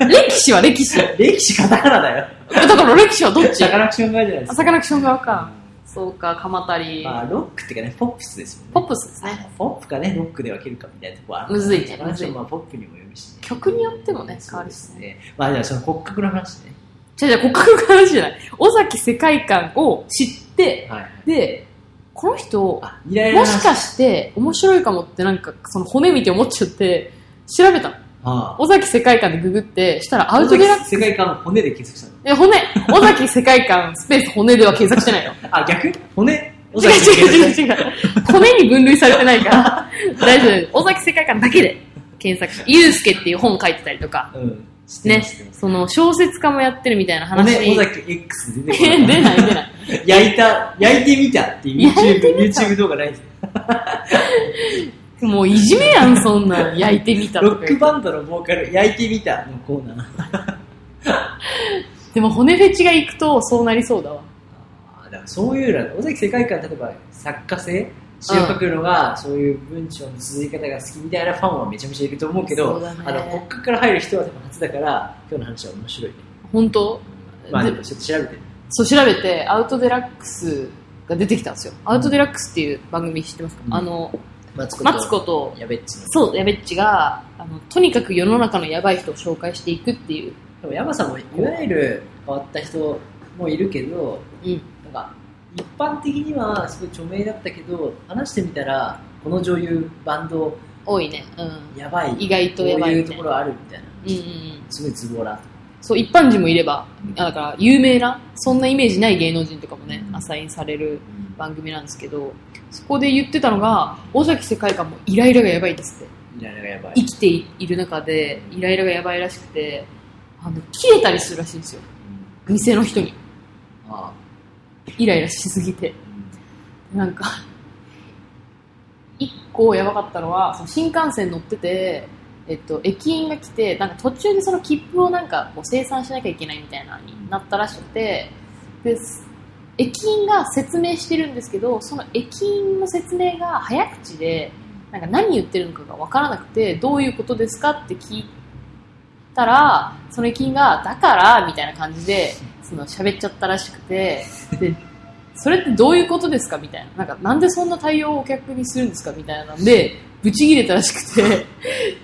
S2: 歴史は歴史。
S1: 歴史カタカナだよ。
S2: だから歴史はどっち
S1: サカナクション側じゃないで
S2: あ
S1: すか。
S2: サカナクション側か。そうか、鎌足り。
S1: まあ、ロックっていうかね、ポップスです
S2: ポ
S1: もん
S2: ッ
S1: ね。
S2: プスですね。
S1: ポップかね、ロックで分けるかみたいなとこはある
S2: むずいね
S1: まあ
S2: むずい
S1: まあ、ポップにもよるし、ね。
S2: 曲によってもね
S1: そうですね。まあ、じゃあその骨格の話ね。
S2: じゃじゃ骨格の話じゃない。尾崎世界観を知って、
S1: はい。
S2: で、この人、
S1: あ、イライラ
S2: もしかして面白いかもってなんか、その骨見て思っちゃって、調べたの。
S1: ああ
S2: 尾崎世界観でググって、したらアウトギャラク
S1: 世界観を骨で検索し
S2: え、骨尾崎世界観、スペース骨では検索して ないよ。
S1: たの。あ、逆骨
S2: 違う違う違う違う。骨に分類されてないから、大丈夫。尾崎世界観だけで検索して、ゆうすけっていう本書いてたりとか、
S1: う。うん。知って
S2: ね
S1: ます知ってま、す
S2: その小説家もやってるみたいな話。
S1: 骨、尾崎 X 出てこ
S2: え 出
S1: ない。
S2: ない出ない。
S1: 焼いた、焼いてみたっていう YouTube、YouTube 動画ないんです
S2: もういじめやん、そんなん。焼いてみたと
S1: ロ
S2: か
S1: ッ
S2: 言
S1: ク
S2: って。
S1: バンドのボーカル、焼いてみたのコーナー。
S2: でも骨フェチが行くとそうなりそうだわ。
S1: あーだからそういうの、尾崎世界観、例えば作家性、詩を書くのが、そういう文章の続き方が好きみたいなファンはめちゃめちゃいると思うけ
S2: そ
S1: ど、
S2: うだね
S1: あの骨格から入る人は多分初だから、今日の話は面白いね。
S2: 本当
S1: まあ、
S2: で
S1: でもちょっと調べて。
S2: そう調べて、アウトデラックスが出てきたんですよ。アウトデラックスっていう番組知ってますか、
S1: うん
S2: あの、
S1: マツコと、
S2: マツコと
S1: やべっちの。
S2: そう、やべっちが、あの、とにかく世の中のやばい人を紹介していくっていう。
S1: でも山さんも、いわゆる変わった人もいるけど、
S2: うん。
S1: なんか、一般的にはすごい著名だったけど、話してみたら、この女優、バンド、
S2: 多いね。うん。
S1: やばい。
S2: 意外
S1: ことう
S2: やばい
S1: い
S2: み
S1: う
S2: た
S1: と
S2: い
S1: こ
S2: な。
S1: ろあるみたいな。
S2: うんうんうん。
S1: すごいズボラ。
S2: そう、一般人もいれば、あだから、有名な、そんなイメージない芸能人とかもね、アサインされる番組なんですけど、そこで言ってたのが、尾崎世界観もイライラがやばいんですって。
S1: イライラがやばい。
S2: 生きている中で、イライラがやばいらしくて、あの、消えたりするらしいんですよ。
S1: うん
S2: 店の人に。
S1: あ
S2: イライラしすぎて。
S1: あうん
S2: なんか、一個やばかったのは、その新幹線乗ってて、えっと、駅員が来て、なんか途中でその切符をなんかこう生産しなきゃいけないみたいなのになったらしくて、です駅員が説明してるんですけど、その駅員の説明が早口で、なんか何言ってるのかが分からなくて、どういうことですかって聞いたら、その駅員が、だから、みたいな感じで、その喋っちゃったらしくて、で、それってどういうことですかみたいな。なんか、なんでそんな対応をお客にするんですかみたいなんで、ブチ切れたらしく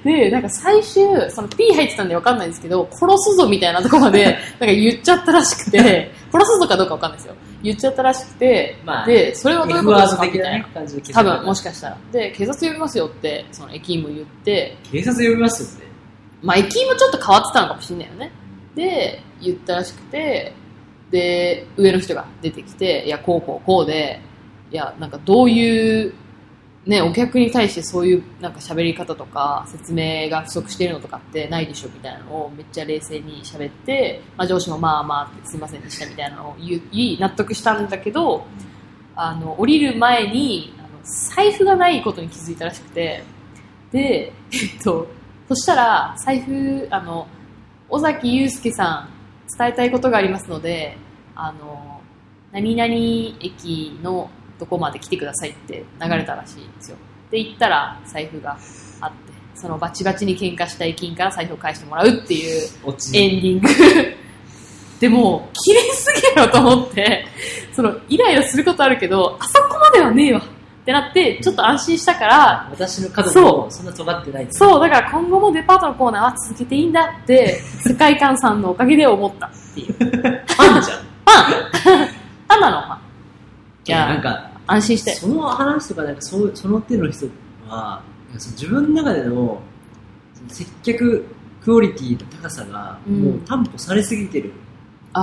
S2: て、で、なんか最終、その P 入ってたんで分かんないんですけど、殺すぞみたいなとこまで、なんか言っちゃったらしくて、殺すぞかどうか分かんないですよ。言っちゃったらしくて、
S1: まあ
S2: で、それはどういうことですかみたいな。
S1: 感じで
S2: 多分もし
S1: か
S2: かしたらで警察呼びますよってその駅員も言って
S1: 警察呼びますよね。
S2: まあ駅員もちょっと変わってたのかもしれないよねで言ったらしくてで上の人が出てきていやこうこうこうでいやなんかどういうねお客に対してそういうなんか喋り方とか説明が不足しているのとかってないでしょみたいなのをめっちゃ冷静に喋って、まあ、上司もまあまあってすいませんでしたみたいなのを言い納得したんだけどあの降りる前にあの財布がないことに気づいたらしくてで、えっと、そしたら財布あの尾崎祐介さん伝えたいことがありますのであの何々駅のとこまで来てくださいって流れたらしいんですよで行ったら財布があってそのバチバチに喧嘩した駅員から財布を返してもらうっていう
S1: 落ち
S2: エンディング でも綺麗すぎるよと思ってそのイライラすることあるけどあそこまではねえわってなってちょっと安心したから
S1: 私の家族もそんな尖ってないです
S2: そう、だから今後もデパートのコーナーは続けていいんだ って、世界観さんのおかげで思ったっていう。フ
S1: パンじゃん。
S2: ァンなのファン。い
S1: いや、なん
S2: や、
S1: か、
S2: 安心して。
S1: その話とか、なんかそう、その手の人は、なんかその自分の中でのその接客クオリティの高さが、
S2: うん
S1: もう担保されすぎてる。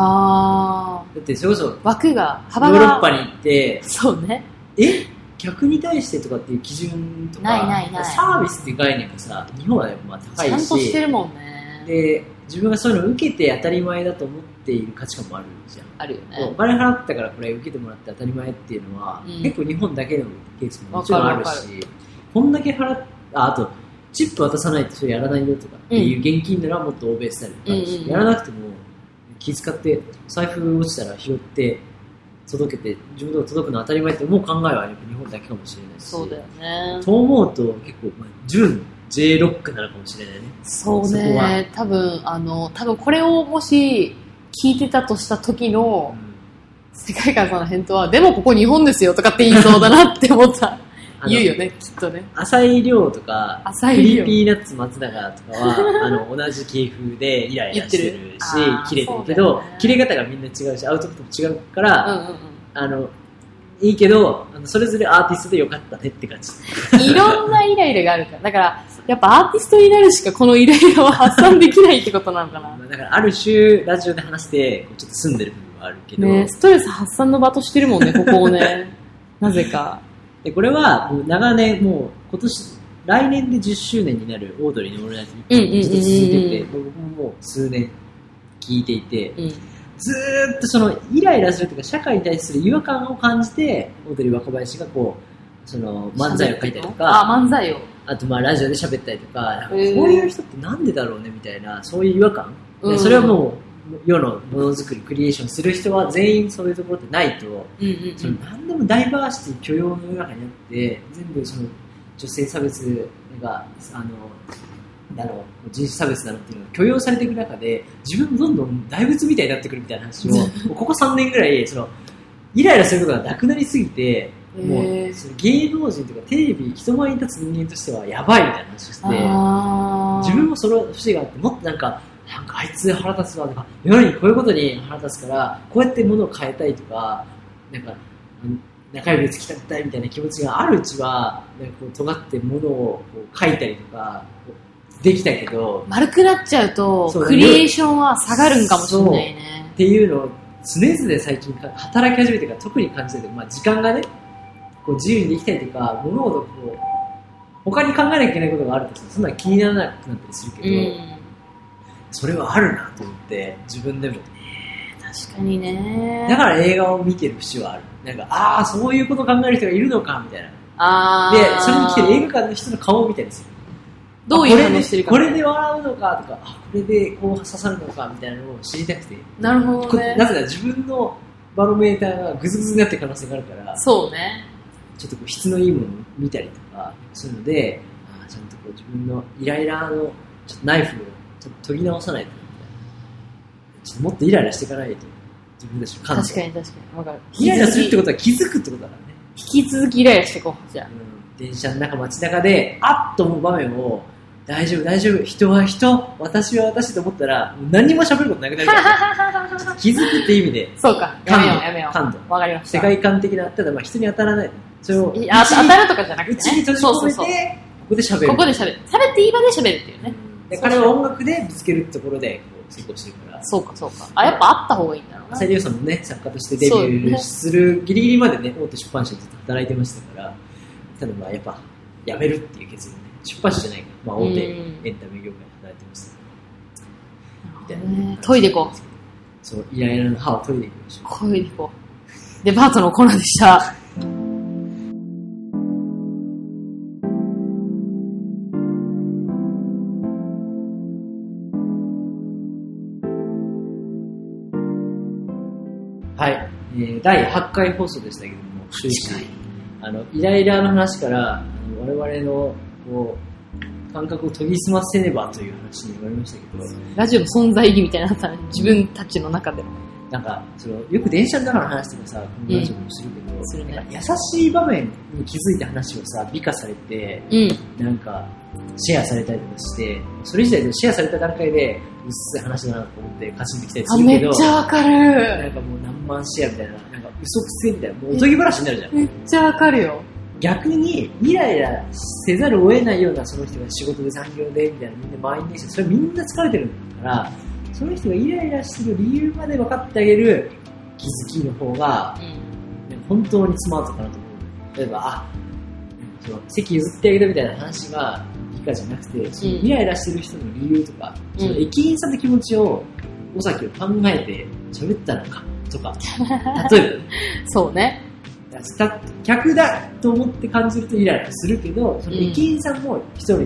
S2: あ
S1: だって、それこそ、ヨ
S2: ー、枠が、幅
S1: ー
S2: が。
S1: ロッパに行って、
S2: そうね。
S1: え客に対してとかっていう基準とか、
S2: ないないない
S1: サービスっていう概念がさ、日本はねまあ
S2: ち
S1: 高
S2: ゃ
S1: い
S2: ん
S1: し、
S2: としてるもんね。
S1: で自分がそういうのを受けて当たり前だと思っている価値観もあるじゃん、
S2: あるよ
S1: お
S2: ね。
S1: 金払ったからこれ受けてもらって当たり前っていうのは、
S2: うん
S1: 結構日本だけのケースももちろんある
S2: わかる
S1: しこんだけ払っああとチップ渡さないとそれやらないよとかっていう現金ならもっと欧米スタイルとかあるし、
S2: うんうんうん
S1: やらなくても気遣って財布落ちたら拾って届けて自分のとこ届くの当たり前って思う考えは日本だけかもしれないし
S2: そうだよね。
S1: と思うと結構、まあ、純 J ロックなのかもしれないね
S2: そう
S1: そこは
S2: ね。多分、あの、多分これをもし聞いてたとした時の、
S1: うん
S2: 世界観さんの返答は、でもここ日本ですよとかって言いそうだなって思った。
S1: あの
S2: 言うよね、きっとね。
S1: 浅井亮とか、
S2: 浅
S1: ク
S2: い
S1: リー
S2: よ。
S1: ピーナッツ松永とか はあの同じ系風でイライラしてるし
S2: 言ってる
S1: 切れてるけ
S2: あーそ
S1: ど
S2: うだよね
S1: 切れ方がみんな違うしアウトプットも違うか
S2: うん
S1: ら、
S2: うん
S1: あのいいけどあのそれぞれアーティストでよかったねって感じ
S2: うん、いろんなイライラがあるから。だから、やっぱアーティストになるしかこのイライラは発散できないってことなのかな。
S1: だからある種ラジオで話してこうちょっと住んでる部分はあるけど、
S2: ね、ストレス発散の場としてるも んね、ここをね。なぜか。
S1: でこれはもう長年もう今年来年で10周年になるオードリーの「オールナイトニッポン」ずっと続いてて
S2: うん
S1: 僕ももう数年聞いていて
S2: うん。
S1: ずーっとそのイライラするというか社会に対する違和感を感じてオードリー若林がこうその漫才を書いたりとか
S2: あ、漫才を。
S1: あとまあラジオで喋ったりとかなんかこ
S2: へ
S1: う
S2: ー
S1: いう人ってなんでだろうねみたいなそういう違和感、
S2: うん
S1: それはもう世のものづくりクリエーションする人は全員そういうところってないと。
S2: うんうん
S1: その何でもダイバーシティ許容の世の中にあって全部その女性差別があのだろう人種差別だろうっていうのが許容されていく中で自分もどんどん大仏みたいになってくるみたいな話をもうここ3年ぐらいそのイライラすることがなくなりすぎて
S2: うん。
S1: も
S2: へ
S1: う
S2: ー
S1: その芸能人とかテレビ人前に立つ人間としてはやばいみたいな話をして
S2: あー
S1: 自分もその節があってもっとなんかなんかあいつ腹立つわとか世の中にこういうことに腹立つからこうやって物を変えたいとかなんかうん中指を突き立てたいみたいな気持ちがあるうちはなんかこう尖って物をこう書いたりとかこうできたけど
S2: 丸くなっちゃうと
S1: そう
S2: クリエーションは下がるんかもしれないね
S1: っていうのを常々最近か働き始めてから特に感じてて、まあ、時間がねこう自由にできたりとか物事をこう他に考えなきゃいけないことがあるとそんなの気にならなくなったりするけ
S2: う
S1: ど、
S2: ん
S1: それはあるなと思って自分でも
S2: 確かにね
S1: だから映画を見てる節はある。なんか、ああ、そういうこと考える人がいるのか、みたいな。
S2: あ
S1: で、それに来てる映画
S2: 画
S1: 館の人の顔を見たりする。
S2: どういう話してるか
S1: これでこれで笑うのか、とか、あこれでこう刺さるのか、みたいなのを知りたくて。
S2: なるほ
S1: こ
S2: ど
S1: なぜ
S2: ね
S1: なら自分のバロメーターがグズグズになってる可能性があるから、
S2: そうね
S1: ちょっとこう質のいいものを見たりとか、そういうので、あーちゃんとこう自分のイライラのちょっとナイフをちょっと研ぎ直さないとなみたいな。ちょっともっとイライラしていかないと、自分たちの感
S2: 確
S1: 性
S2: かに確かにわかる
S1: イライラするって
S2: 引
S1: ことは気づくってことだからね。
S2: き続きイライラしてこうじゃ
S1: うん電車の中、街中で、あっと思う場面を、大丈夫、大丈夫、人は人、私は私と思ったら、もう何にも喋ることなくなる から、
S2: あ
S1: 気づくって意味で、
S2: そうかやめようやめよ
S1: 感度。
S2: うわかりまし
S1: 世
S2: た
S1: 界観的な、ただまあ人に当たらない。それを、
S2: いあ
S1: 内に
S2: 当たるとかじゃなくて
S1: 内に
S2: ね
S1: 閉じ
S2: そうそうそ
S1: 込
S2: う
S1: めて、ここで喋る。
S2: ここで喋る喋っていい場で喋るっていう
S1: う
S2: ね
S1: んで彼は音楽でぶつけるところで、こう、成功してるから。
S2: そうかそうかあやっぱあった方がいいんだろうな
S1: 浅井亮さんもね、作家としてデビューするギリギリまでね、大手出版社でずっと働いてましたから、ただまあやっぱ、辞めるっていう決意ね、出版社じゃないから、まあ大手エ
S2: うん
S1: ンタメ業界で働いてましたから、みたいな。
S2: ね研いでこう
S1: そう、イライラの歯を研いでいきましょう。
S2: 声にこう。デパートのコーナーでした。
S1: はい、えー第8回放送でしたけども、終始、あの、イライラの話から、あの我々の、こう、感覚を研ぎ澄ませねばという話になりましたけど、
S2: ラジオの存在意義みたいなのあったね。自分たちの中でも。
S1: なんかそのよく電車の中の話とかさ、このラジオでもするけど、
S2: するね
S1: なんか優しい場面に気づいた話をさ、美化されて、
S2: うん。
S1: なんかシェアされたりとかして、それ自体でシェアされた段階で、薄い話だなと思って、かしんできたり
S2: あ、
S1: するけ
S2: め
S1: ど
S2: っち、ゃわか
S1: な
S2: る。
S1: んかもう何万シェアみたいな、なんか嘘つけみたいな、もうおとぎ話になるじゃん。
S2: めっちゃわかるよ。
S1: 逆に、イライラせざるを得ないような、その人が仕事で残業で、みたいな、みんな満員電車、それみんな疲れてるんだから、その人がイライラする理由まで分かってあげる気づきの方が、
S2: うん。
S1: 本当にスマートかなと思う。例えば、あ、その席譲ってあげるみたいな話が以下じゃなくて、そのイライラしてる人の理由とか、
S2: うん
S1: その駅員さんの気持ちを、お先を考えて喋ったのかとか、例えば、
S2: そうね。
S1: た客だと思って感じるとイライラするけど、その
S2: うん
S1: 駅員さんも一人の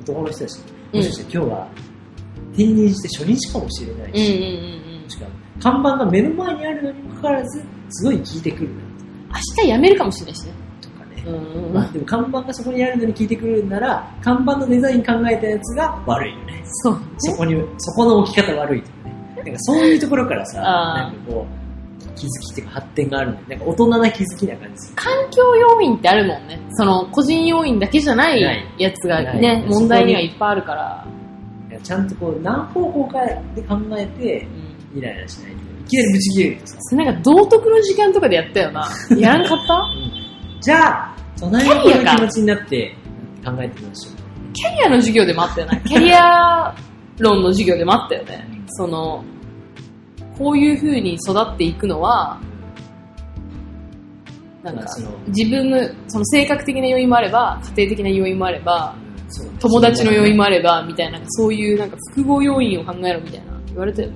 S1: 男の人だし、
S2: うん
S1: もしかして今日は転任して初日かもしれない
S2: うんうん
S1: し、
S2: うんうん
S1: も。しくは看板が目の前にあるのにもかかわらず、すごい聞いてくるな
S2: 明日辞めるかもしれないしね。
S1: とかね。
S2: うんうんう
S1: まあ、
S2: ん。
S1: でも看板がそこにあるのに聞いてくるなら看板のデザイン考えたやつが悪いよね
S2: そうね。
S1: そこにそこの置き方悪いとかねなんかそういうところからさ
S2: あ
S1: な
S2: ー
S1: んかこう気づきっていうか発展があるので、なんか大人な気づきな感じでする。
S2: 環境要因ってあるもんね。その、個人要因だけじゃな
S1: ない
S2: いやつが
S1: な
S2: ね
S1: い、
S2: 問題にはいっぱいあるから。
S1: いやちゃんとこう、何方向かで考えて、
S2: うん
S1: イライラしないと。いきなりブチ切れるとさ、
S2: それなんか道徳の時間とかでやった よな。やらんかった
S1: じゃあ、隣の
S2: キャ
S1: 子
S2: リア
S1: の
S2: か
S1: 気持ちになって考えてみましょう。
S2: キャリアの授業でもあったよな。キャリア論の授業でもあったよね
S1: う。ん
S2: その、こういう風に育っていくのは、なん
S1: ま
S2: か
S1: あその、
S2: 自分の、その性格的な要因もあれば、家庭的な要因もあれば、
S1: そうね
S2: 友達の要因もあれば、みたいな、そういうなんか複合要因を考えろみたいな、言われたよね。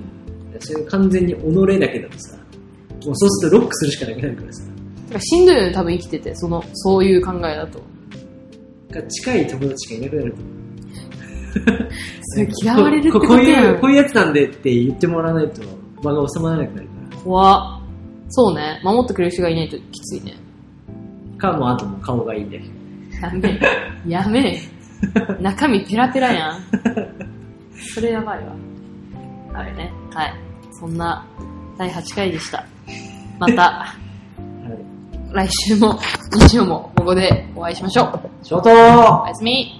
S1: それ完全に己だけだとさ、もうそうするとロックするしかなくなるからさ、
S2: だからしんどいよね、多分生きてて、その、そういう考えだと。
S1: が近い友達がいなくなると思う。
S2: それ嫌われるって
S1: こ
S2: こと
S1: こう
S2: や
S1: い
S2: ん
S1: う、こういうやつなんでって言ってもらわないと場が収まらなくなるか
S2: 怖っそうね、守ってくれる人がいないときついね。
S1: ら。かもあともう顔がいいんだけど。
S2: やめえ。やめえ。中身ペラペラやん。それやばいわ。あれね。はい。そんな第8回でした。また
S1: はい
S2: 来週も日曜もここでお会いしましょう。
S1: ショート
S2: おやすみ。